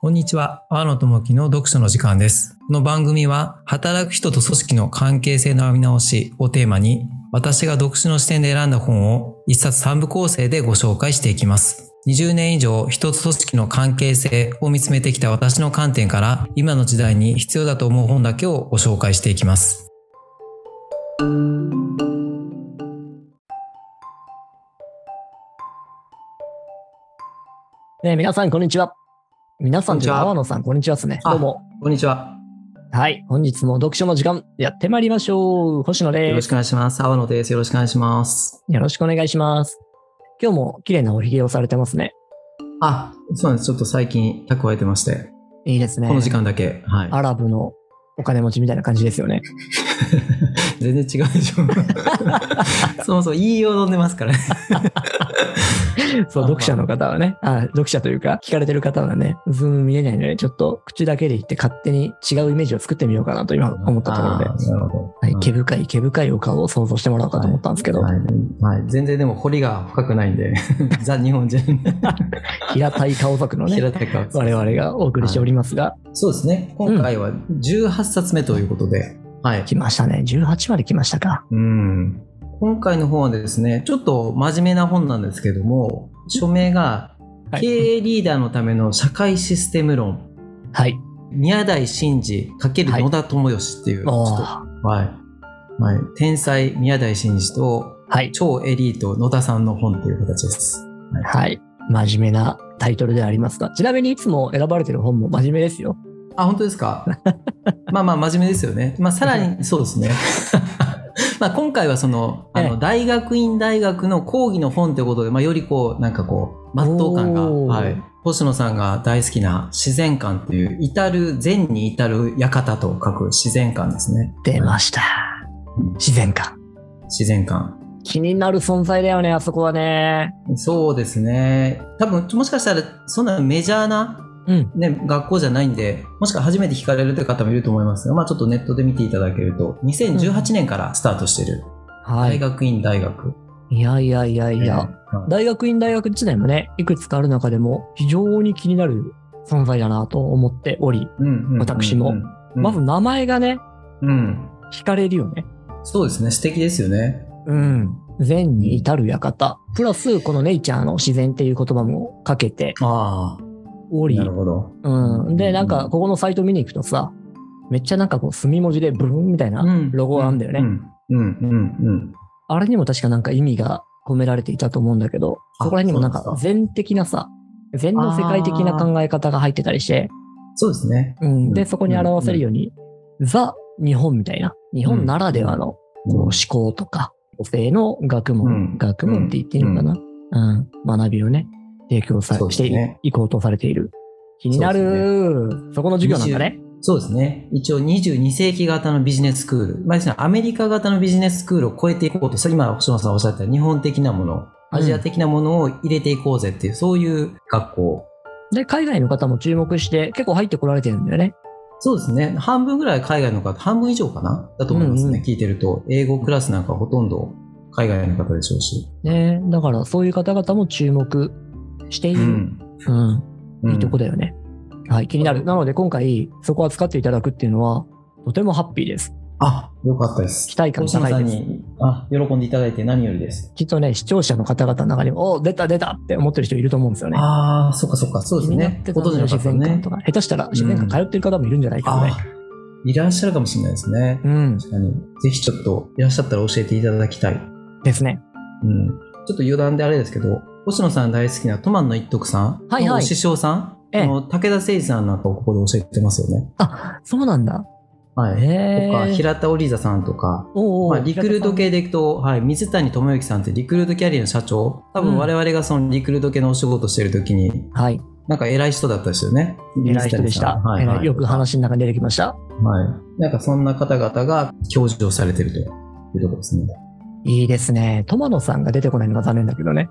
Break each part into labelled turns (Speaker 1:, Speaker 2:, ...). Speaker 1: こんにちは。和野智樹の読書の時間です。この番組は、働く人と組織の関係性の見直しをテーマに、私が読書の視点で選んだ本を一冊三部構成でご紹介していきます。20年以上一つ組織の関係性を見つめてきた私の観点から今の時代に必要だと思う本だけをご紹介していきます。
Speaker 2: ね皆さんこんにちは。皆さんじゃ天野さんこんにちはですね。どうも。
Speaker 1: こんにちは。
Speaker 2: はい、本日も読書の時間やってまいりましょう。星野です。
Speaker 1: よろしくお願いします。天野です。よろしくお願いします。
Speaker 2: よろしくお願いします。今日も綺麗なお髭をされてますね。
Speaker 1: あ、そうなんです。ちょっと最近蓄えてまして。
Speaker 2: いいですね。
Speaker 1: この時間だけ。はい。
Speaker 2: アラブのお金持ちみたいな感じで すよね。
Speaker 1: 全然違うでしょ。 そもそも言いよう飲んでますからね。
Speaker 2: そう、読者の方はね、あ読者というか、聞かれてる方はね、ズーム見えないので、ちょっと口だけで言って勝手に違うイメージを作ってみようかなと今思ったところで、はい、毛深い、毛深いお顔を想像してもらおうかと思ったんですけど。
Speaker 1: はいはい、はい、全然でも彫りが深くないんで、 ザ・日本人。
Speaker 2: 平たい顔族のね、
Speaker 1: 平たい顔、
Speaker 2: 我々がお送りしておりますが、はい
Speaker 1: そうですね、今回は18冊目ということで、
Speaker 2: うん、はい。来ましたね、18まで来ましたか。
Speaker 1: うん。今回の本はですね、ちょっと真面目な本なんですけども、署名が、経営リーダーのための社会システム論。
Speaker 2: はい。
Speaker 1: 宮台真司×野田智義っていう、はい、はい。はい。天才宮台真司と、はい、超エリート野田さんの本っていう形です。
Speaker 2: はい。はい、真面目なタイトルでありますが、ちなみにいつも選ばれてる本も真面目ですよ。
Speaker 1: あ、本当ですかまあまあ真面目ですよね。まあさらにそうですね。 まあ、今回はその、あの、大学院大学の講義の本ということで、まあ、よりこう、なんかこう、抜刀感が、はい。星野さんが大好きな自然観という、至る、善に至る館と書く自然観ですね。
Speaker 2: 出ました。自然観。
Speaker 1: 自然観。
Speaker 2: 気になる存在だよね、あそこはね。
Speaker 1: そうですね。多分、もしかしたら、そんなメジャーなうん、ね、学校じゃないんで、もしくは初めて聞かれるという方もいると思いますが、まあ、ちょっとネットで見ていただけると、2018年からスタートしてる。うんはい、大学院大学。
Speaker 2: いやいやいやいや、えーはい、大学院大学時代もね、いくつかある中でも、非常に気になる存在だなと思っており、私も。まず名前がね、
Speaker 1: うん、
Speaker 2: 惹かれるよね。
Speaker 1: そうですね、素敵ですよね。
Speaker 2: うん。善に至る館。プラス、このネイチャーの自然っていう言葉もかけて。
Speaker 1: ああ。
Speaker 2: おり。
Speaker 1: なるほど。
Speaker 2: うん。で、なんか、ここのサイト見に行くとさ、めっちゃなんかこう、墨文字でブルーンみたいなロゴなんだよね。うん、
Speaker 1: うん、うん。
Speaker 2: あれにも確かなんか意味が込められていたと思うんだけど、そこら辺にもなんか全的なさ、全の世界的な考え方が入ってたりして、
Speaker 1: そうですね。
Speaker 2: うん。で、そこに表せるように、ザ・日本みたいな、日本ならではの思考とか、女性の学問、学問って言っていいのかな、うん、学びをね、提供さ、ね、していこうとされている。気になるそ、ね,、この授業なんだね。
Speaker 1: そうですね。一応22世紀型のビジネススクール。まあ、アメリカ型のビジネススクールを超えていこうと、今、星野さんおっしゃった日本的なもの、アジア的なものを入れていこうぜっていう、うん、そういう学校。
Speaker 2: で、海外の方も注目して、結構入ってこられてるんだよね。
Speaker 1: そうですね。半分ぐらい海外の方、半分以上かなだと思いますね。うんうん、聞いてると。英語クラスなんかほとんど海外の方でしょうし。
Speaker 2: ねだからそういう方々も注目している。うん。うん、いいとこだよね。はい、気になる。なので今回、そこは使っていただくっていうのは、とてもハッピーです。
Speaker 1: あ、よかったです。
Speaker 2: 期待感高いです。
Speaker 1: あ、喜んでいただいて何よりです。
Speaker 2: きっとね、視聴者の方々の中にも、お出た出たって思ってる人いると思うんですよね。
Speaker 1: ああ、そっかそっか、そうですね。
Speaker 2: ご存知の自然観とか、ね、下手したら自然観通ってる方もいるんじゃないかね、
Speaker 1: うん。いらっしゃるかもしれないですね。
Speaker 2: うん。
Speaker 1: 確かに。ぜひちょっと、いらっしゃったら教えていただきたい。
Speaker 2: ですね。
Speaker 1: うん。ちょっと余談であれですけど、星野さん大好きなトマンの一徳さん、
Speaker 2: はいはい、
Speaker 1: 師匠さん、ええ、武田誠司さんなんかをここで教えてますよね。
Speaker 2: あそうなんだ。
Speaker 1: はい、とか平田織座さんとか
Speaker 2: お
Speaker 1: まあ、リクルート系でいくと、はい、水谷智之さんってリクルートキャリアの社長多分我々がそのリクルート系のお仕事してる時に、うん、
Speaker 2: はい、
Speaker 1: なんか偉い人だったですよね。
Speaker 2: 偉い人でした。はい、はい、よく話の中に出てきました。
Speaker 1: はい、なんかそんな方々が教授をされてるというところですね。
Speaker 2: いいですね。友野さんが出てこないのが残念だけどね。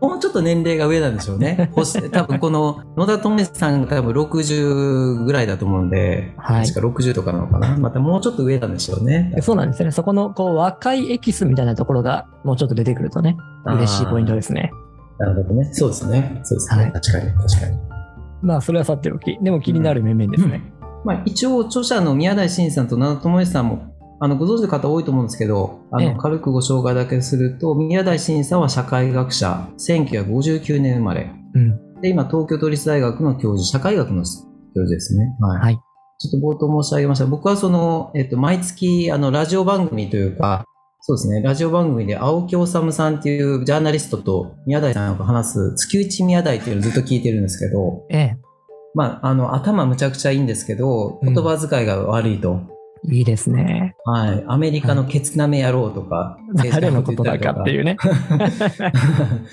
Speaker 1: もうちょっと年齢が上なんでしょうね。 多分この野田智さんが多分60ぐらいだと思うんで、
Speaker 2: はい、
Speaker 1: 確か60とかなのかな。またもうちょっと上なんでしょうね。
Speaker 2: そうなんですね。そこのこう若いエキスみたいなところがもうちょっと出てくるとね、嬉しいポイントですね。
Speaker 1: なるほどね。そうですね。そうですね。はい、確かに、確かに。
Speaker 2: まあ、それはさておき。でも気になる面々ですね。
Speaker 1: まあ、一応著者の宮台真司さんと七友さんもあのご存知の方多いと思うんですけどあ
Speaker 2: ええ
Speaker 1: の軽くご紹介だけすると宮台真司さんは社会学者1959年生まれ
Speaker 2: うん。
Speaker 1: で今東京都立大学の教授社会学の教授ですね、はい
Speaker 2: はい
Speaker 1: ちょっと冒頭申し上げました僕はその、えっと、毎月あのラジオ番組というかそうですねラジオ番組で青木治さんっていうジャーナリストと宮台さんが話す「月一宮台」っていうのをずっと聞いてるんですけど
Speaker 2: ええ。
Speaker 1: まあ、あの頭むちゃくちゃいいんですけど
Speaker 2: うん
Speaker 1: 言葉遣いが悪いと、
Speaker 2: いいですね。
Speaker 1: はい、アメリカのケツなめ野郎とか、、
Speaker 2: 誰のことだかっていうう ね。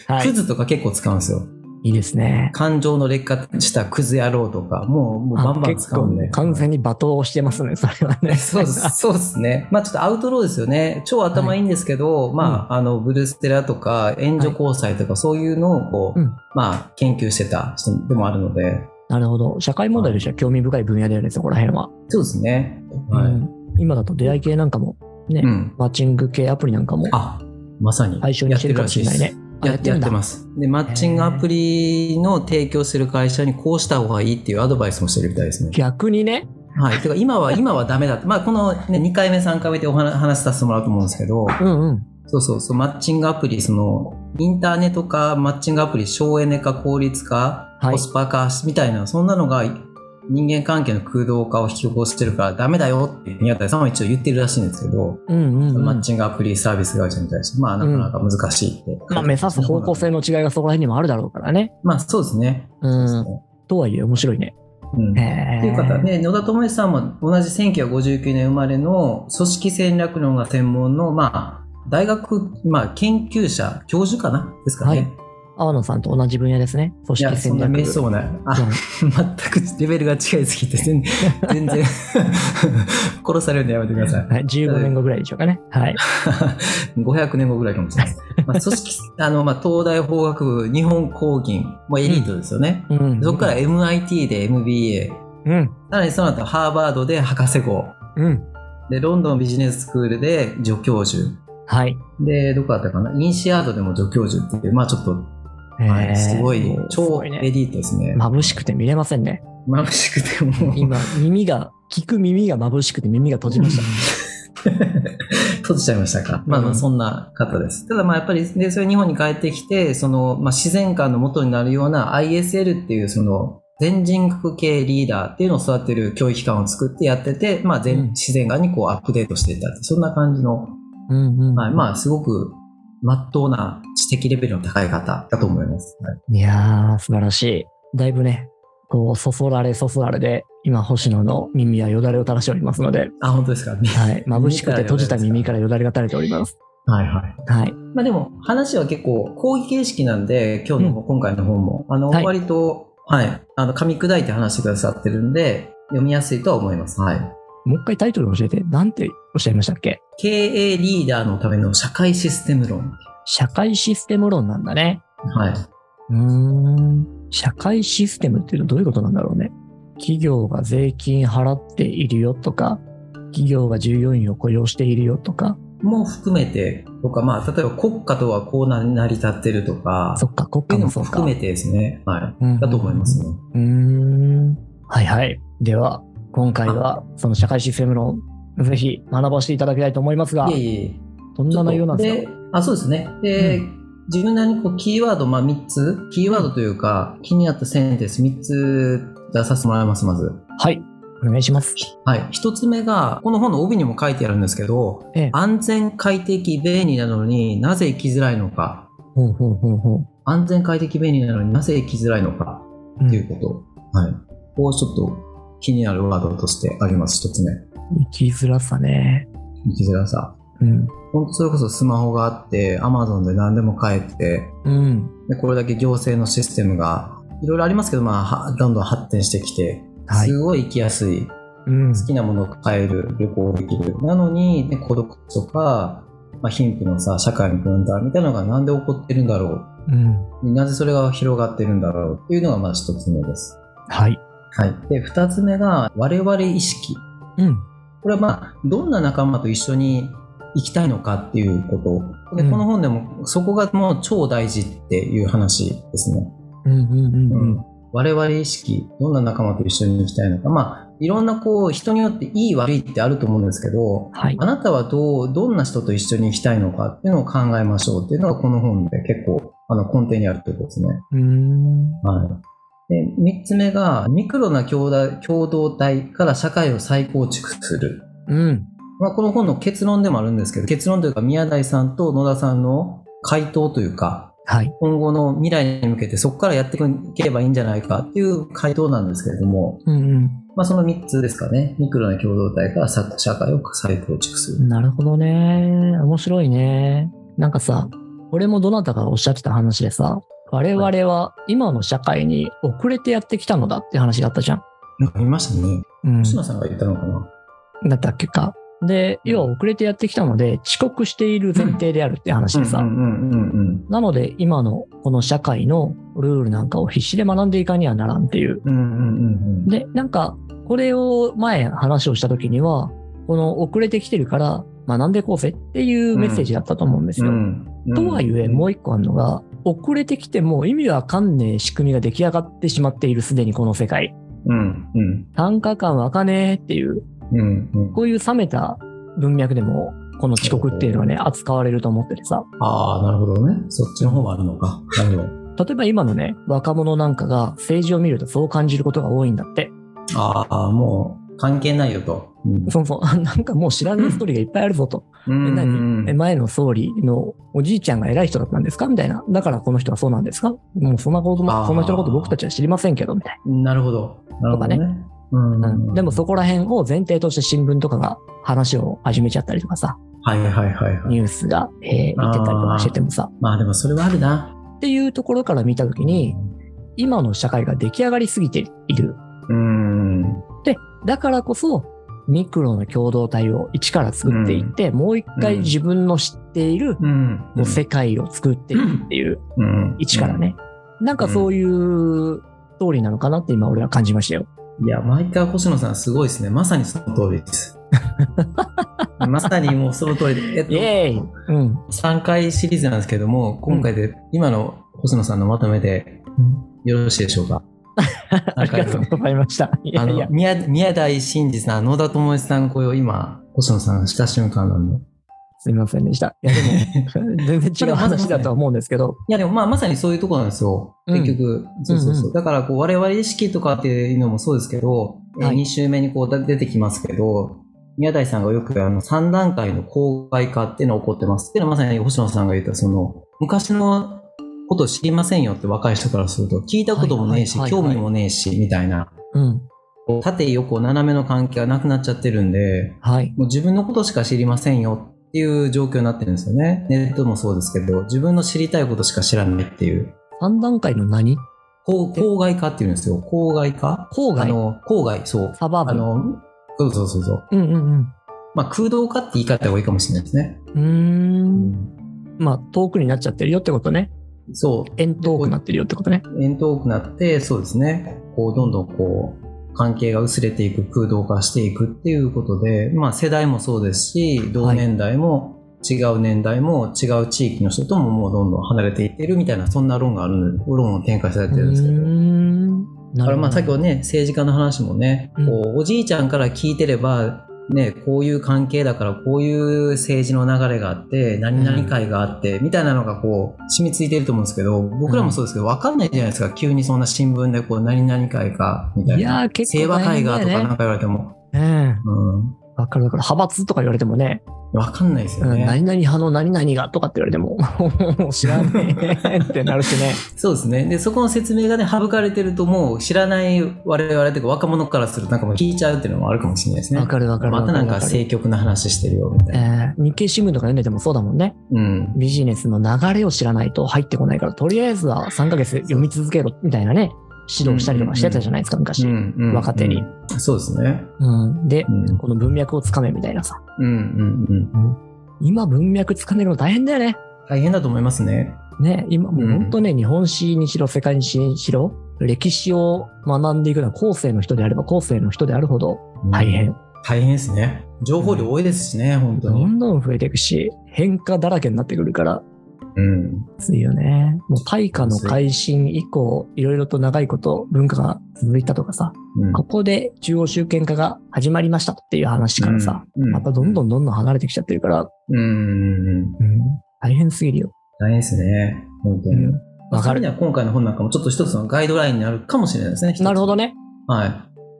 Speaker 2: は
Speaker 1: ク
Speaker 2: い。
Speaker 1: ズとか結構使うんですよ
Speaker 2: いいですね。
Speaker 1: 感情の劣化したクズ野郎とかもうもうバ
Speaker 2: あ
Speaker 1: ンバン
Speaker 2: 結
Speaker 1: 使う
Speaker 2: 構
Speaker 1: んで
Speaker 2: 完全に罵倒をしてますね、それは ね。
Speaker 1: そうですそうですね、まあ、ちょっとアウトローですよね、超頭いいんですけど、まあ、あのブルース・テラとか、援助交際とか、そういうのをこう、
Speaker 2: うん
Speaker 1: まあ、研究してた人でもあるので、
Speaker 2: なるほど。社会問題としては興味深い分野だよね、そこら辺は。
Speaker 1: そうですね、はい
Speaker 2: うん今だと出会い系なんかも、ね、
Speaker 1: うん、
Speaker 2: マッチング系アプリなんかも
Speaker 1: あまさに
Speaker 2: 対象にしてるかもしれない
Speaker 1: やってるらしいです
Speaker 2: ね。あ
Speaker 1: やってやって
Speaker 2: んだ
Speaker 1: ます。で、マッチングアプリの提供してる会社にこうした方がいいっていうアドバイスもしてるみたいですね。
Speaker 2: 逆にね、
Speaker 1: はい。てか今は、今はダメだって。まあ、この、ね、2回目、3回目でお話話させてもらうと思うんですけど、
Speaker 2: うんうん。
Speaker 1: そうそうそう、マッチングアプリ、その、インターネット化、マッチングアプリ、省エネ化、効率化、
Speaker 2: はい
Speaker 1: コスパ化みたいな、そんなのが人間関係の空洞化を引き起こしてるからダメだよって宮田さんは一応言ってるらしいんですけど、
Speaker 2: うんうん、うん。
Speaker 1: マッチングアプリサービス会社に対して、まあ、なかなか難しいって。
Speaker 2: まあ、目指す方向性の違いがそこら辺にもあるだろうからね。
Speaker 1: まあそうですね。そうです
Speaker 2: うん。
Speaker 1: ね
Speaker 2: とはいえ、面白いね。
Speaker 1: うん
Speaker 2: へ
Speaker 1: っていう方で野田智之さんも同じ1959年生まれの組織戦略論が専門の、まあ、大学、まあ、研究者教授かなですかね。
Speaker 2: はい
Speaker 1: い、
Speaker 2: 阿野さんと同じ分野ですね。組
Speaker 1: や
Speaker 2: 織
Speaker 1: そん
Speaker 2: 戦
Speaker 1: な
Speaker 2: 略。
Speaker 1: めそうなあ全くレベルが違いすぎて 全全然殺されるのやめてください。
Speaker 2: はい、15年後ぐらいでしょうかね。はい。
Speaker 1: 500年後ぐらいかもしれないです。まあ、組織 あの、まあ、東大法学部日本工銀もうエリートですよね。
Speaker 2: うん。
Speaker 1: そこから MIT で MBA
Speaker 2: うん。
Speaker 1: さらにその後ハーバードで博士号
Speaker 2: うん。
Speaker 1: でロンドンビジネススクールで助教授
Speaker 2: はい。
Speaker 1: でどこだったかなインシアードでも助教授っていうまあちょっと、はい
Speaker 2: へー
Speaker 1: すごい
Speaker 2: す
Speaker 1: 超
Speaker 2: ごい
Speaker 1: エ
Speaker 2: ね。
Speaker 1: リートですね
Speaker 2: 眩しくて見れませんね。
Speaker 1: 眩しくてもう
Speaker 2: 今、耳が、聞く耳が眩しくて耳が閉じました。
Speaker 1: 閉じちゃいましたか、まあま
Speaker 2: う
Speaker 1: あ
Speaker 2: ん
Speaker 1: そんな方ですただまあやっぱりでそれ日本に帰ってきてその、まあ、自然観の元になるような ISL っていうその全人格系リーダーっていうのを育てる教育機関を作ってやってて、まあ、全
Speaker 2: うん
Speaker 1: 自然観にこうアップデートしていったってそんな感じの
Speaker 2: うんうん。
Speaker 1: はい、まあ、すごく、まっとうな知的レベルの高い方だと思います。はい
Speaker 2: いやー、素晴らしい。だいぶね、こう、そそられそそられで、今、星野の耳はよだれを垂らしておりますの で、
Speaker 1: あ、本当ですか。は
Speaker 2: はい。眩しくて閉じた耳からよだれが垂れております。
Speaker 1: いはい。
Speaker 2: はい。
Speaker 1: まあでも、話は結構、講義形式なんで、今日の、
Speaker 2: う
Speaker 1: 今回の本も、あの、
Speaker 2: はい
Speaker 1: 割と、はい、あの、噛み砕いて話してくださってるんで、読みやすいとは思います。はい。
Speaker 2: もう一回タイトル教えて、なんておっしゃいましたっけ
Speaker 1: 経営リーダーのための社会システム論。
Speaker 2: 社会システム論なんだね。
Speaker 1: はい。
Speaker 2: うーん。社会システムっていうのはどういうことなんだろうね。企業が税金払っているよとか、企業が従業員を雇用しているよとか、
Speaker 1: も含めて、とか、まあ、例えば国家とはこうな成り立ってるとか、
Speaker 2: そっか、国
Speaker 1: っていうの
Speaker 2: 家も
Speaker 1: も
Speaker 2: そうか。
Speaker 1: 含めてですね。は
Speaker 2: うん
Speaker 1: い。だと思いますね。
Speaker 2: うーん。はいはい。では、今回はその社会システム論、ぜひ学ばせていただきたいと思いますが
Speaker 1: いえ、いえ。
Speaker 2: どんな内容なんです
Speaker 1: であそうですねで、
Speaker 2: う
Speaker 1: 自分なりにこうキーワード、まあ、3つキーワードというか、気になったセンテンス3つ出させてもらいますまず、
Speaker 2: かはい。お願いします。
Speaker 1: はい、1つ目がこの本の帯にも書いてあるんですけど
Speaker 2: ええ。
Speaker 1: 安全快適便利なのになぜ生きづらいのか
Speaker 2: ほうほうほうほう。
Speaker 1: 安全快適便利なのになぜ生きづらいのか
Speaker 2: う
Speaker 1: っ
Speaker 2: ん
Speaker 1: ていうこと、はい、こうちょっと気になるワードとしてあります1つ目
Speaker 2: 生きづらさね。
Speaker 1: 生きづらさ
Speaker 2: うん。
Speaker 1: 本当それこそスマホがあってアマゾンで何でも買えて
Speaker 2: うん。
Speaker 1: でこれだけ行政のシステムがいろいろありますけど、まあ、はどんどん発展してきて、
Speaker 2: はい
Speaker 1: す。ごい行きやすい
Speaker 2: うん。
Speaker 1: 好きなものを買える旅行できるなのに、ね、孤独とか、まあ、貧富のさ社会の分断みたいなのがなんで起こってるんだろ
Speaker 2: うん。
Speaker 1: うなぜそれが広がってるんだろうっていうのがまず一つ目です、
Speaker 2: はい。
Speaker 1: はい、で二つ目が我々意識
Speaker 2: うん。
Speaker 1: これはまあどんな仲間と一緒に行きたいのかっていうことで
Speaker 2: うん
Speaker 1: この本でもそこがもう超大事っていう話ですね
Speaker 2: うんうんうんうん。
Speaker 1: 我々意識、どんな仲間と一緒に行きたいのか、まあ、いろんなこう、人によっていい悪いってあると思うんですけど、
Speaker 2: はい。
Speaker 1: あなたはどう、どんな人と一緒に行きたいのかっていうのを考えましょうっていうのがこの本で結構、あの、根底にあるということですね。
Speaker 2: うーん。
Speaker 1: はい。で、三つ目が、ミクロな共同共同体から社会を再構築する。
Speaker 2: うん。
Speaker 1: まあ、この本の結論でもあるんですけど、結論というか宮台さんと野田さんの回答というか、
Speaker 2: はい。
Speaker 1: 今後の未来に向けてそこからやっていければいいんじゃないかっていう回答なんですけれども、
Speaker 2: うん
Speaker 1: まあ、その3つですかね。ミクロな共同体からさ社会を再構築す
Speaker 2: う
Speaker 1: る。
Speaker 2: ん。なるほどね。面白いね。なんかさ、俺もどなたかがおっしゃってた話でさ、我々は今の社会に遅れてやってきたのだって話があったじゃん。
Speaker 1: なんか見ましたね。
Speaker 2: うん。
Speaker 1: 星野さんが言ったのかな。
Speaker 2: だったっけか。で、要は遅れてやってきたので、遅刻している前提であるって話でさ、
Speaker 1: うんうんうんうん
Speaker 2: なので今のこの社会のルールなんかを必死で学んでいかにはならんっていう。
Speaker 1: うん。うんうんうんうん。
Speaker 2: で、なんか、これを前話をした時には、この遅れてきてるから学んでこうぜっていうメッセージだったと思うんですよ。
Speaker 1: うん
Speaker 2: とはいえ、も
Speaker 1: う
Speaker 2: う一個あるのが、遅れてきても意味わかんねえ仕組みが出来上がってしまっているすでにこの世界。
Speaker 1: ん。うんうん
Speaker 2: 単価感わかねえっていう、
Speaker 1: うんうん。
Speaker 2: こういう冷めた文脈でも、この遅刻っていうのはね、扱われると思っててさ。
Speaker 1: ああ、なるほどね。そっちの方もあるのか。なるほど。
Speaker 2: 例えば今のね、若者なんかが政治を見るとそう感じることが多いんだって。
Speaker 1: ああ、もう関係ないよと。うん
Speaker 2: そもそも、あなんかもう知 らないストーリーがいっぱいあるぞと。
Speaker 1: うん
Speaker 2: え
Speaker 1: うん
Speaker 2: 何え前の総理のおじいちゃんが偉い人だったんですかみたいな。だからこの人はそうなんですかもうそんなこと
Speaker 1: あ
Speaker 2: も、
Speaker 1: ー
Speaker 2: その人のこと僕たちは知りませんけど、みたい
Speaker 1: なるほど。なるほどね。うん
Speaker 2: な。うんでも
Speaker 1: そ
Speaker 2: そこら辺を前提として新聞とかが話を始めちゃったりとかさ、
Speaker 1: はいはいはいはい。
Speaker 2: ニュースが、えー言ってたりとかしててもさ、
Speaker 1: まあでもそれはあるな。
Speaker 2: っていうところから見たときに、今の社会が出来上がりすぎている。
Speaker 1: うん。うん。
Speaker 2: で、だからこそ、ミクロの共同体を一から作っていって、もう一回
Speaker 1: うん
Speaker 2: 自分の知っている、
Speaker 1: うん
Speaker 2: こう世界を作っていくっていう、
Speaker 1: うん
Speaker 2: 一から。ね。なんかそういうストーリーなのかなって今俺は感じましたよ。
Speaker 1: いや、毎回星野さんすごいですね。まさにその通りです。 まさにもうその通りで。えっと
Speaker 2: イエーイうん。
Speaker 1: 3回シリーズなんですけども、今回で今の星野さんのまとめでよろしいでしょうか。
Speaker 2: ありがとうございました。い
Speaker 1: あ
Speaker 2: やい
Speaker 1: の
Speaker 2: や、
Speaker 1: 宮宮台真司さん、野田智之さんの声を今、星野さんがした瞬間なんで。 い
Speaker 2: すみませんでした。いや でも、全然違う話だとは思うんですけど、
Speaker 1: や、でもまあ、まさにそういうところなんですよ。
Speaker 2: うん
Speaker 1: 結局。そうそうそう。
Speaker 2: うんうん
Speaker 1: だから、こう、我々意識とかっていうのもそうですけど、
Speaker 2: はい
Speaker 1: 2週目にこうだ出てきますけど、宮台さんがよくあの3段階の公害化っていうのが起こってます。っていうのはまさに星野さんが言った、その、昔のことを知りませんよって若い人からすると、聞いたこともねえし、
Speaker 2: はいはいはいはい
Speaker 1: 興味もねえし、みたいな、
Speaker 2: うん。
Speaker 1: こう縦横斜めの関係がなくなっちゃってるんで、
Speaker 2: はい。
Speaker 1: もう自分のことしか知りませんよっていう状況になってるんですよね。ネットもそうですけど、自分の知りたいことしか知らないっていう。
Speaker 2: 3段階の何
Speaker 1: こう郊外化っていうんですよ。郊外化
Speaker 2: 郊
Speaker 1: あ
Speaker 2: 外
Speaker 1: の、郊外、そう。
Speaker 2: サバ
Speaker 1: あ
Speaker 2: ーブ
Speaker 1: の、そうそうそうそう。
Speaker 2: うんうん
Speaker 1: まあ、空洞化って言い方がいいかもしれないですね。
Speaker 2: うん。うーん。まあ、遠くになっちゃってるよってことね。
Speaker 1: そう。
Speaker 2: 遠遠くなってるよってことね。
Speaker 1: 遠遠くなって、そうですね。こう、どんどんこう、関係が薄れていく、空洞化していくっていうことで、まあ、世代もそうですし、同年代も、違う年代も違う地域の人とももうどんどん離れていってるみたいな、そんな論がある、論を展開されてるんですけ
Speaker 2: うー
Speaker 1: ど。
Speaker 2: ん
Speaker 1: だ
Speaker 2: な
Speaker 1: から
Speaker 2: るほ
Speaker 1: まあ、
Speaker 2: ど
Speaker 1: 先ほどね、政治家の話もね、
Speaker 2: うん
Speaker 1: こうおじいちゃんから聞いてれば、ね、こういう関係だから、こういう政治の流れがあって、何々会があって、みたいなのがこう、染みついてると思うんですけど、僕らもそうですけど、わかんないじゃないですか、急にそんな新聞で、こう、何々会か、みたい
Speaker 2: いや
Speaker 1: な
Speaker 2: ー。結構
Speaker 1: 清和会がと
Speaker 2: 大変だ
Speaker 1: か
Speaker 2: よね
Speaker 1: なんか言われても、
Speaker 2: うん
Speaker 1: うん、
Speaker 2: わかるわかる。派閥とか言われてもね、
Speaker 1: わかんないです
Speaker 2: う
Speaker 1: よ
Speaker 2: ん、
Speaker 1: ね。
Speaker 2: 何々派の何々がとかって言われても、 もう知らねえってなるしね。
Speaker 1: そうですね。で、そこの説明がね、省かれてると、もう知らない我々というか、若者からすると、なんかもう聞いちゃうっていうのもあるかもしれないですね
Speaker 2: わ。かるわかるわ
Speaker 1: ま
Speaker 2: か
Speaker 1: たな
Speaker 2: る
Speaker 1: ん
Speaker 2: わ
Speaker 1: か
Speaker 2: かる。
Speaker 1: 政局の話してるよ、みたい
Speaker 2: え
Speaker 1: な。
Speaker 2: ー日経新聞とか読んでてもそうだもんね。
Speaker 1: うん。
Speaker 2: ビジネスの流れを知らないと入ってこないから、とりあえずは3ヶ月読み続けろみたいなね、指導したりとかしてたじゃないですか、昔。うん
Speaker 1: んうん
Speaker 2: 若手に
Speaker 1: そうですね。
Speaker 2: で、
Speaker 1: うん
Speaker 2: この文脈をつかめみたいなさ。
Speaker 1: うんうんうん。
Speaker 2: 今文脈つかめるの大変だよね。
Speaker 1: 大変だと思いますね。
Speaker 2: ね、今もう本当ね、日本史にしろ、世界史にしろ、歴史を学んでいくのは後世の人であれば後世の人であるほど大変。
Speaker 1: 大変ですね。情報量多いですしね、本当
Speaker 2: ど
Speaker 1: に。
Speaker 2: んどん増えていくし、変化だらけになってくるから、
Speaker 1: うん。
Speaker 2: ですよね。もう大化の改新以降、いろいろと長いこと文化が続いたとかさ、
Speaker 1: うん
Speaker 2: ここで中央集権化が始まりましたっていう話からさ、、
Speaker 1: うん
Speaker 2: またどんどんどんどん離れてきちゃってるから、
Speaker 1: うんうんうん。
Speaker 2: うん、大変すぎるよ。
Speaker 1: 大変ですね。本当
Speaker 2: う
Speaker 1: に。
Speaker 2: んわか
Speaker 1: それ
Speaker 2: る
Speaker 1: に。は今回の本なんかもちょっと一つのガイドラインになるかもしれないですね。一つ
Speaker 2: なるほ。どね。
Speaker 1: はい。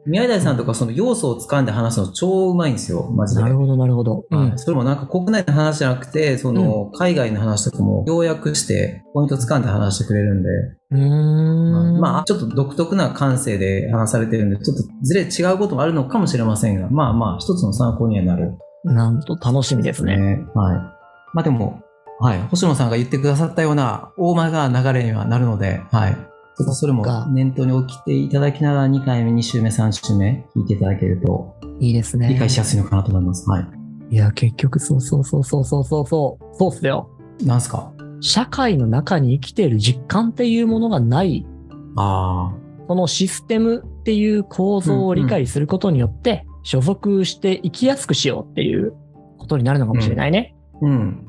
Speaker 1: 宮台さんとかその要素を掴んで話すの超うまいんですよ、マジで。
Speaker 2: なるほど、なるほど。うん
Speaker 1: はい、それもなんか国内の話じゃなくて、その海外の話とかも要約して、ポイント掴んで話してくれるんで、
Speaker 2: うーん。
Speaker 1: まあ、ちょっと独特な感性で話されてるんで、ちょっとずれ違うこともあるのかもしれませんが、まあまあ、一つの参考にはなる。
Speaker 2: なんと楽しみですね。
Speaker 1: はい。まあでも、はい、星野さんが言ってくださったような大まかな流れにはなるので、はい。ちょっとそれも
Speaker 2: そっか
Speaker 1: 念頭に置きていただきながら、2回目、2週目、3週目、聞いていただけると、
Speaker 2: いいですね。
Speaker 1: 理解しやすいのかなと思います。はい。
Speaker 2: いや、結局、そうそうそうそうそうそうそう。そうっすよ。
Speaker 1: なんすか
Speaker 2: 社会の中に生きている実感っていうものがない、
Speaker 1: ああ。
Speaker 2: そのシステムっていう構造を理解することによって、所属して生きやすくしようっていうことになるのかもしれないね。
Speaker 1: うん。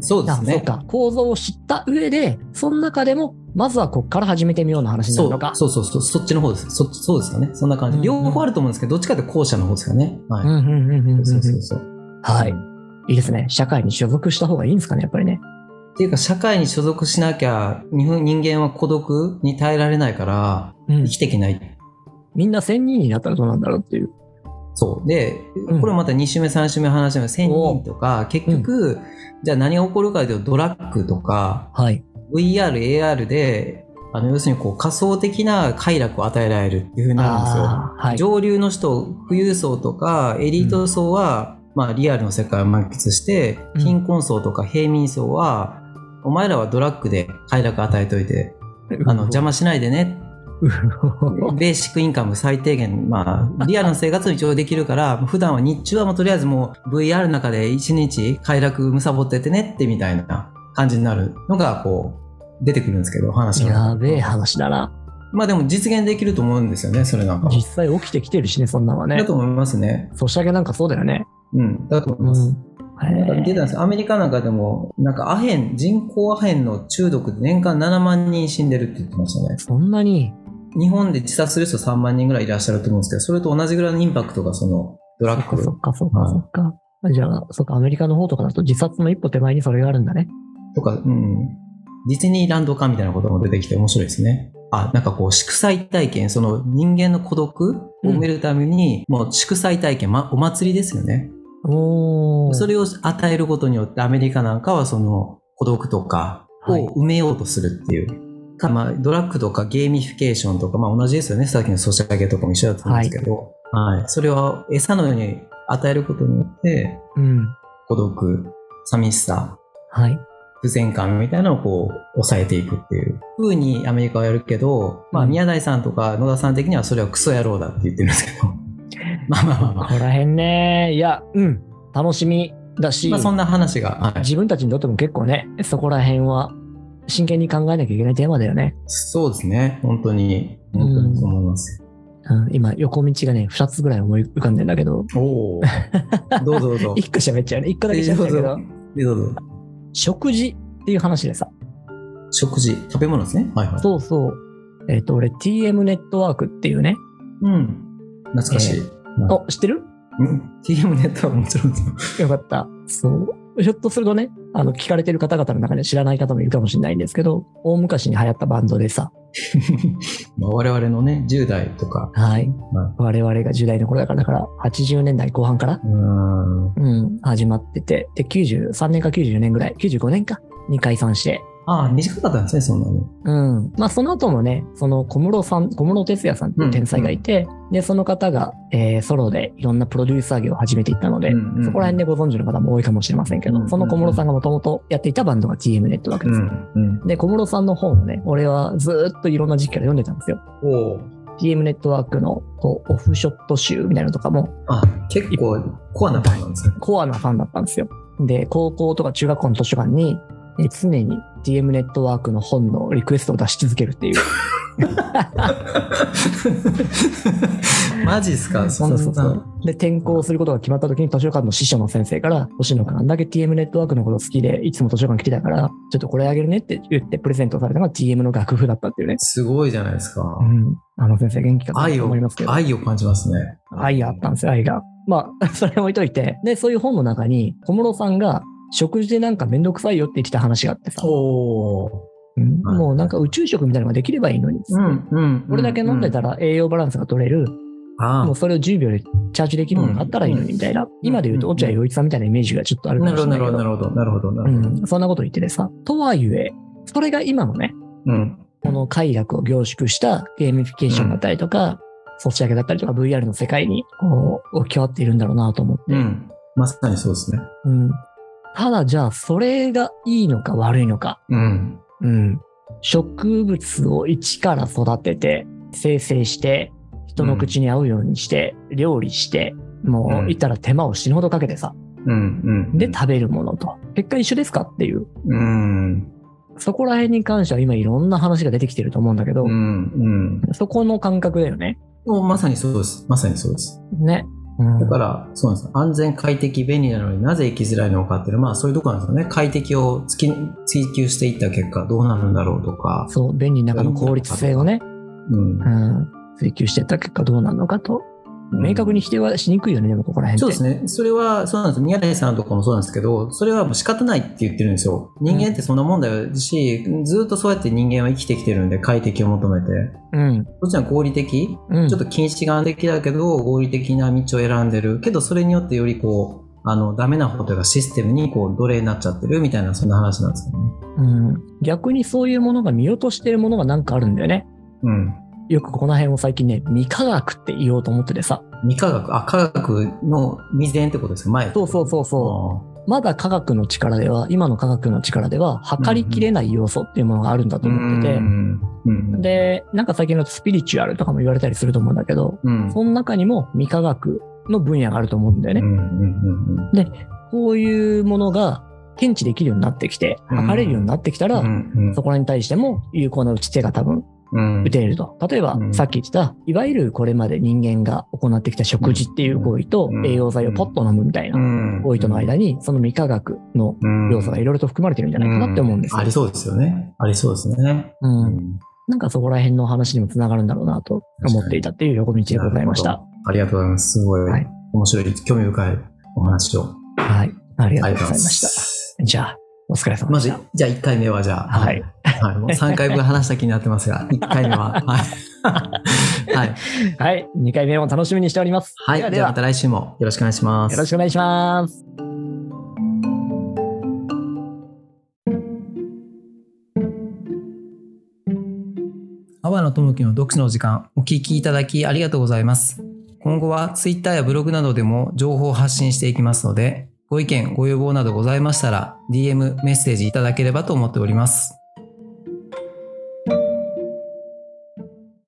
Speaker 1: そうで
Speaker 2: あ
Speaker 1: すね。
Speaker 2: そうか。構造を知った上で、その中でも、まずはこっから始めてみようの話に
Speaker 1: そ
Speaker 2: なる
Speaker 1: う
Speaker 2: のか。
Speaker 1: そうそうそう、そっちの方です。そそうですよね。そんな感じ。
Speaker 2: うん
Speaker 1: 両方あると思うんですけど、どっちかって後者の方ですよね。はい。
Speaker 2: うんうんうんうんうんうん
Speaker 1: そうそうそう。
Speaker 2: はい。いいですね。社会に所属した方がいいんですかね、やっぱりね。
Speaker 1: っていうか、社会に所属しなきゃ、日本人間は孤独に耐えられないから、
Speaker 2: うん
Speaker 1: 生。きていけない。
Speaker 2: みんな1000人になったらどうなんだろうっていう。
Speaker 1: そう。で
Speaker 2: う、ん
Speaker 1: これまた2週目、3週目話しても、1000人とか、結局、じゃあ何が起こるかというと、ドラッグとか、
Speaker 2: はい。
Speaker 1: VR、AR で、あの、要するにこう、仮想的な快楽を与えられるっていう風になるんですよ。
Speaker 2: あーはい。
Speaker 1: 上流の人、富裕層とかエリート層は、まあ、リアルの世界を満喫して、
Speaker 2: うん
Speaker 1: 貧困層とか平民層は、お前らはドラッグで快楽与えといて、あの邪魔しないでね、ベーシックインカム最低限、まあ、リアルな生活に一応できるから、普段は日中はもうとりあえずもう VR の中で一日快楽貪っててねってみたいな感じになるのが、こう、出てくるんですけど、話が。
Speaker 2: やべえ話だな。
Speaker 1: まあでも実現できると思うんですよね、それなんかは。
Speaker 2: 実際起きてきてるしね、そんなのはね
Speaker 1: だ。と思いますね。
Speaker 2: ソシャゲなんかそうだよね。
Speaker 1: うん、だと思いうます。
Speaker 2: ん。
Speaker 1: なんか出
Speaker 2: へ
Speaker 1: たんですよアメリカなんかでも、なんかアヘン、人工アヘンの中毒で年間7万人死んでるって言ってましたね
Speaker 2: え。そんなに、
Speaker 1: 日本で自殺する人3万人ぐらいいらっしゃると思うんですけど、それと同じぐらいのインパクトがそのド
Speaker 2: そ
Speaker 1: ラ
Speaker 2: っ
Speaker 1: ッグ
Speaker 2: かそっかそっかそっか。じゃあ、そっか、アメリカの方とかだと自殺の一歩手前にそれがあるんだね。
Speaker 1: とか、うん。ディズニーランド化みたいなことも出てきて面白いですね。あ、なんかこう、祝祭体験、その人間の孤独を埋めるために、もう祝祭体験、ま、お祭りですよね。
Speaker 2: おー。
Speaker 1: それを与えることによってアメリカなんかはその孤独とか
Speaker 2: はい
Speaker 1: を埋めようとするっていう、かまあ、ドラッグとかゲーミフィケーションとか、まあ、同じですよねさっきのソシャゲとかも一緒だと思うんですけど、はいそれを餌のように与えることによって
Speaker 2: うん。
Speaker 1: 孤独寂しさ
Speaker 2: はい。
Speaker 1: 不全感みたいなのをこう抑えていくっていう風にアメリカはやるけど、まあ、
Speaker 2: うん
Speaker 1: 宮台さんとか野田さん的にはそれはクソ野郎だって言ってるんですけど まあまあまあま
Speaker 2: ここら辺ね、いや、うん。楽しみだ
Speaker 1: あ、
Speaker 2: し、
Speaker 1: まあ、そんな話が、はい、
Speaker 2: 自分たちにとっても結構ね、そこら辺は真剣に考えなきゃいけないテーマだよね。
Speaker 1: そうですね、本当に、本当にそう思います。
Speaker 2: うん、今、横道がね、2つぐらい思い浮かんでんだけど、
Speaker 1: おお、どうぞどう ぞ。
Speaker 2: 1個喋っちゃうね。1個だけ喋っちゃうけど、
Speaker 1: でどうぞ。
Speaker 2: 食事っていう話でさ、
Speaker 1: 食事、食べ物ですね。はいはい。
Speaker 2: そうそう。えっ、と、俺、TM ネットワークっていうね。
Speaker 1: うん。懐かしい。はい
Speaker 2: お、知ってる
Speaker 1: うん、TM ネットはもちろん ですよ。
Speaker 2: よかった。そう。ひょっとするとね、あの、聞かれてる方々の中で知らない方もいるかもしれないんですけど、大昔に流行ったバンドでさ、
Speaker 1: まあ我々のね、10代とか。
Speaker 2: はい。
Speaker 1: は
Speaker 2: 我々が10代の頃だから、だから、80年代後半から、
Speaker 1: い、うーん。
Speaker 2: うん、始まってて、で、93年か94年ぐらい、95年か、に解散して、
Speaker 1: ああ、短かったんですね、そんなに。
Speaker 2: うん。まあ、その後もね、その小室さん、小室哲哉さんっていう天才がいて、で、その方が、えーソロでいろんなプロデューサー業を始めていったので、
Speaker 1: うんうんうん
Speaker 2: そこら辺でご存知の方も多いかもしれませんけど、
Speaker 1: うんうん
Speaker 2: その小室さんがもともとやっていたバンドが TM ネットワークです。
Speaker 1: ん。
Speaker 2: で、小室さんの本をね、俺はずーっといろんな時期から読んでたんですよ。
Speaker 1: うん。おお。
Speaker 2: TM ネットワークのこうオフショット集みたいなのとかも、
Speaker 1: あ、結構コアなパンなんですね。
Speaker 2: コアなファンだったんですよ。で、高校とか中学校の図書館に、えー常に TM ネットワークの本のリクエストを出し続けるっていう。
Speaker 1: マジっすかそん
Speaker 2: そ
Speaker 1: な
Speaker 2: うそうそう。で、転校することが決まった時に図書館の師匠の先生から、星野くんあんだけ TM ネットワークのこと好きで、いつも図書館来てたから、ちょっとこれあげるねって言ってプレゼントされたのが TM の楽譜だったっていうね。
Speaker 1: すごいじゃないですか
Speaker 2: う。ん。あの先生元気かな
Speaker 1: 愛
Speaker 2: と
Speaker 1: を
Speaker 2: 思いますけ、ど。
Speaker 1: 愛を感じますね。
Speaker 2: 愛があったんですよ、愛が。まあ、 それは置いといて。で、そういう本の中に、小室さんが食事でなんかめんどくさいよって言ってた話があってさ、
Speaker 1: おー。
Speaker 2: うん
Speaker 1: はい
Speaker 2: もうなんか宇宙食みたいなのができればいいのに、
Speaker 1: うんうん。
Speaker 2: これだけ飲んでた
Speaker 1: ら、
Speaker 2: ら栄養バランスが取れる、
Speaker 1: あ
Speaker 2: もう
Speaker 1: あ
Speaker 2: それを10秒でチャージできるものがあったらいいのにみたいな、今で言うと落合陽一さんみたいなイメージがちょっとあるか
Speaker 1: な
Speaker 2: も
Speaker 1: る
Speaker 2: し
Speaker 1: ほ
Speaker 2: れ
Speaker 1: ど、
Speaker 2: な
Speaker 1: ないる
Speaker 2: け
Speaker 1: ほど、
Speaker 2: ど
Speaker 1: な、るほど、なるほど。な
Speaker 2: う
Speaker 1: るほど
Speaker 2: ん、そんなこと言っててさ、とはいえ、それが今のね、
Speaker 1: うん。
Speaker 2: この快楽を凝縮したゲーミフィケーションだったりとか、ソシャゲだったりとか VR の世界にこう置き換わっているんだろうなと思って、
Speaker 1: うん。まさにそうですね。
Speaker 2: うんただじゃあそれがいいのか悪いのか、
Speaker 1: うん。
Speaker 2: うん、植物を一から育てて生成して人の口に合うようにして、料理しても
Speaker 1: う
Speaker 2: うんいったら手間を死ぬほどかけてさ
Speaker 1: うん。うん。
Speaker 2: で、食べるものと結果一緒ですかっていう
Speaker 1: うん。
Speaker 2: そこら辺に関しては今いろんな話が出てきてると思うんだけど、
Speaker 1: うん。うん。
Speaker 2: そこの感覚だよね。
Speaker 1: もうまさにそうです。まさにそうです。
Speaker 2: ね。
Speaker 1: だから、そうなんです。安全、快適、便利なのになぜ生きづらいのかっていうのは、まあそういうとこなんですよね。快適をつき追求していった結果、どうなるんだろうとか。
Speaker 2: そう、便利の中の効率性をね、
Speaker 1: うん
Speaker 2: う。ん、追求していった結果どうなるのかと、明確に否定はしにくいよね、でもここら辺って。
Speaker 1: そうです
Speaker 2: ね。
Speaker 1: ね。それは、そうなんです。宮台さんのとこもそうなんですけど、それはもう仕方ないって言ってるんですよ。人間ってそんなもんだよし、ずっとそうやって人間は生きてきてるんで、快適を求めて。
Speaker 2: うん。
Speaker 1: そっちは合理的
Speaker 2: うん、
Speaker 1: ちょっと近視眼的だけど合理的な道を選んでるけどそれによってよりこうあのダメな方というかシステムにこう奴隷になっちゃってるみたいなそんな話なんですよね。
Speaker 2: うん、逆にそういうものが見落としてるものがなんかあるんだよね。
Speaker 1: うん、
Speaker 2: よくこの辺を最近ね、未科学って言おうと思っててさ。
Speaker 1: 未科学あ科学の未然ってことですか前
Speaker 2: そうそう
Speaker 1: う
Speaker 2: そうそう。まだ科学の力では、今の科学の力では測りきれない要素っていうものがあるんだと
Speaker 1: う
Speaker 2: 思ってて。
Speaker 1: んうん
Speaker 2: で、なんか最近のスピリチュアルとかも言われたりすると思うんだけど、
Speaker 1: うん
Speaker 2: その中にも未科学の分野があると思うんだよね。
Speaker 1: うんうんうん
Speaker 2: こういうものが検知できるようになってきて、
Speaker 1: うん
Speaker 2: 測れるようになってきたら、
Speaker 1: うんうん
Speaker 2: そこらに対しても有効な打ち手が多分
Speaker 1: うん
Speaker 2: 打てると。例えば、
Speaker 1: うん
Speaker 2: さっき言ってた、いわゆるこれまで人間が行ってきた食事っていう行為と
Speaker 1: うん
Speaker 2: 栄養剤をポッと飲むみたいな行為との間に、その未科学の要素がいろいろと含まれてるんじゃないかなって思うんです
Speaker 1: う
Speaker 2: よ。
Speaker 1: ありそうですよね。ありそうですね。
Speaker 2: う。
Speaker 1: うん
Speaker 2: なんかそこら辺の話にもつながるんだろうなと思っていたっていう横道でございまし
Speaker 1: なる
Speaker 2: た
Speaker 1: ほ。ど。ありがとうございます。すごい、
Speaker 2: はい
Speaker 1: 面白い、興味深いお話を。
Speaker 2: はい。ありが
Speaker 1: ありがと
Speaker 2: とうご
Speaker 1: うござ
Speaker 2: ざい
Speaker 1: いま
Speaker 2: ま
Speaker 1: し
Speaker 2: したた。。じゃあ、お疲れ様
Speaker 1: ま
Speaker 2: でし
Speaker 1: ず
Speaker 2: た。、
Speaker 1: じゃあ1回目はじゃあ、
Speaker 2: はい。
Speaker 1: はい、もう3回分話した気になってますが、1回目は。はい。はい。
Speaker 2: はい。2回目も楽しみにしております。
Speaker 1: はい、
Speaker 2: ではで
Speaker 1: じゃあま
Speaker 2: は
Speaker 1: た、来週もよろしくお願いします。
Speaker 2: よろしくお願いします。
Speaker 1: 阿波野智樹の読書の時間お聞きいただきありがとうございます今後は Twitter やブログなどでも情報を発信していきますのでご意見ご要望などございましたら DM メッセージいただければと思っております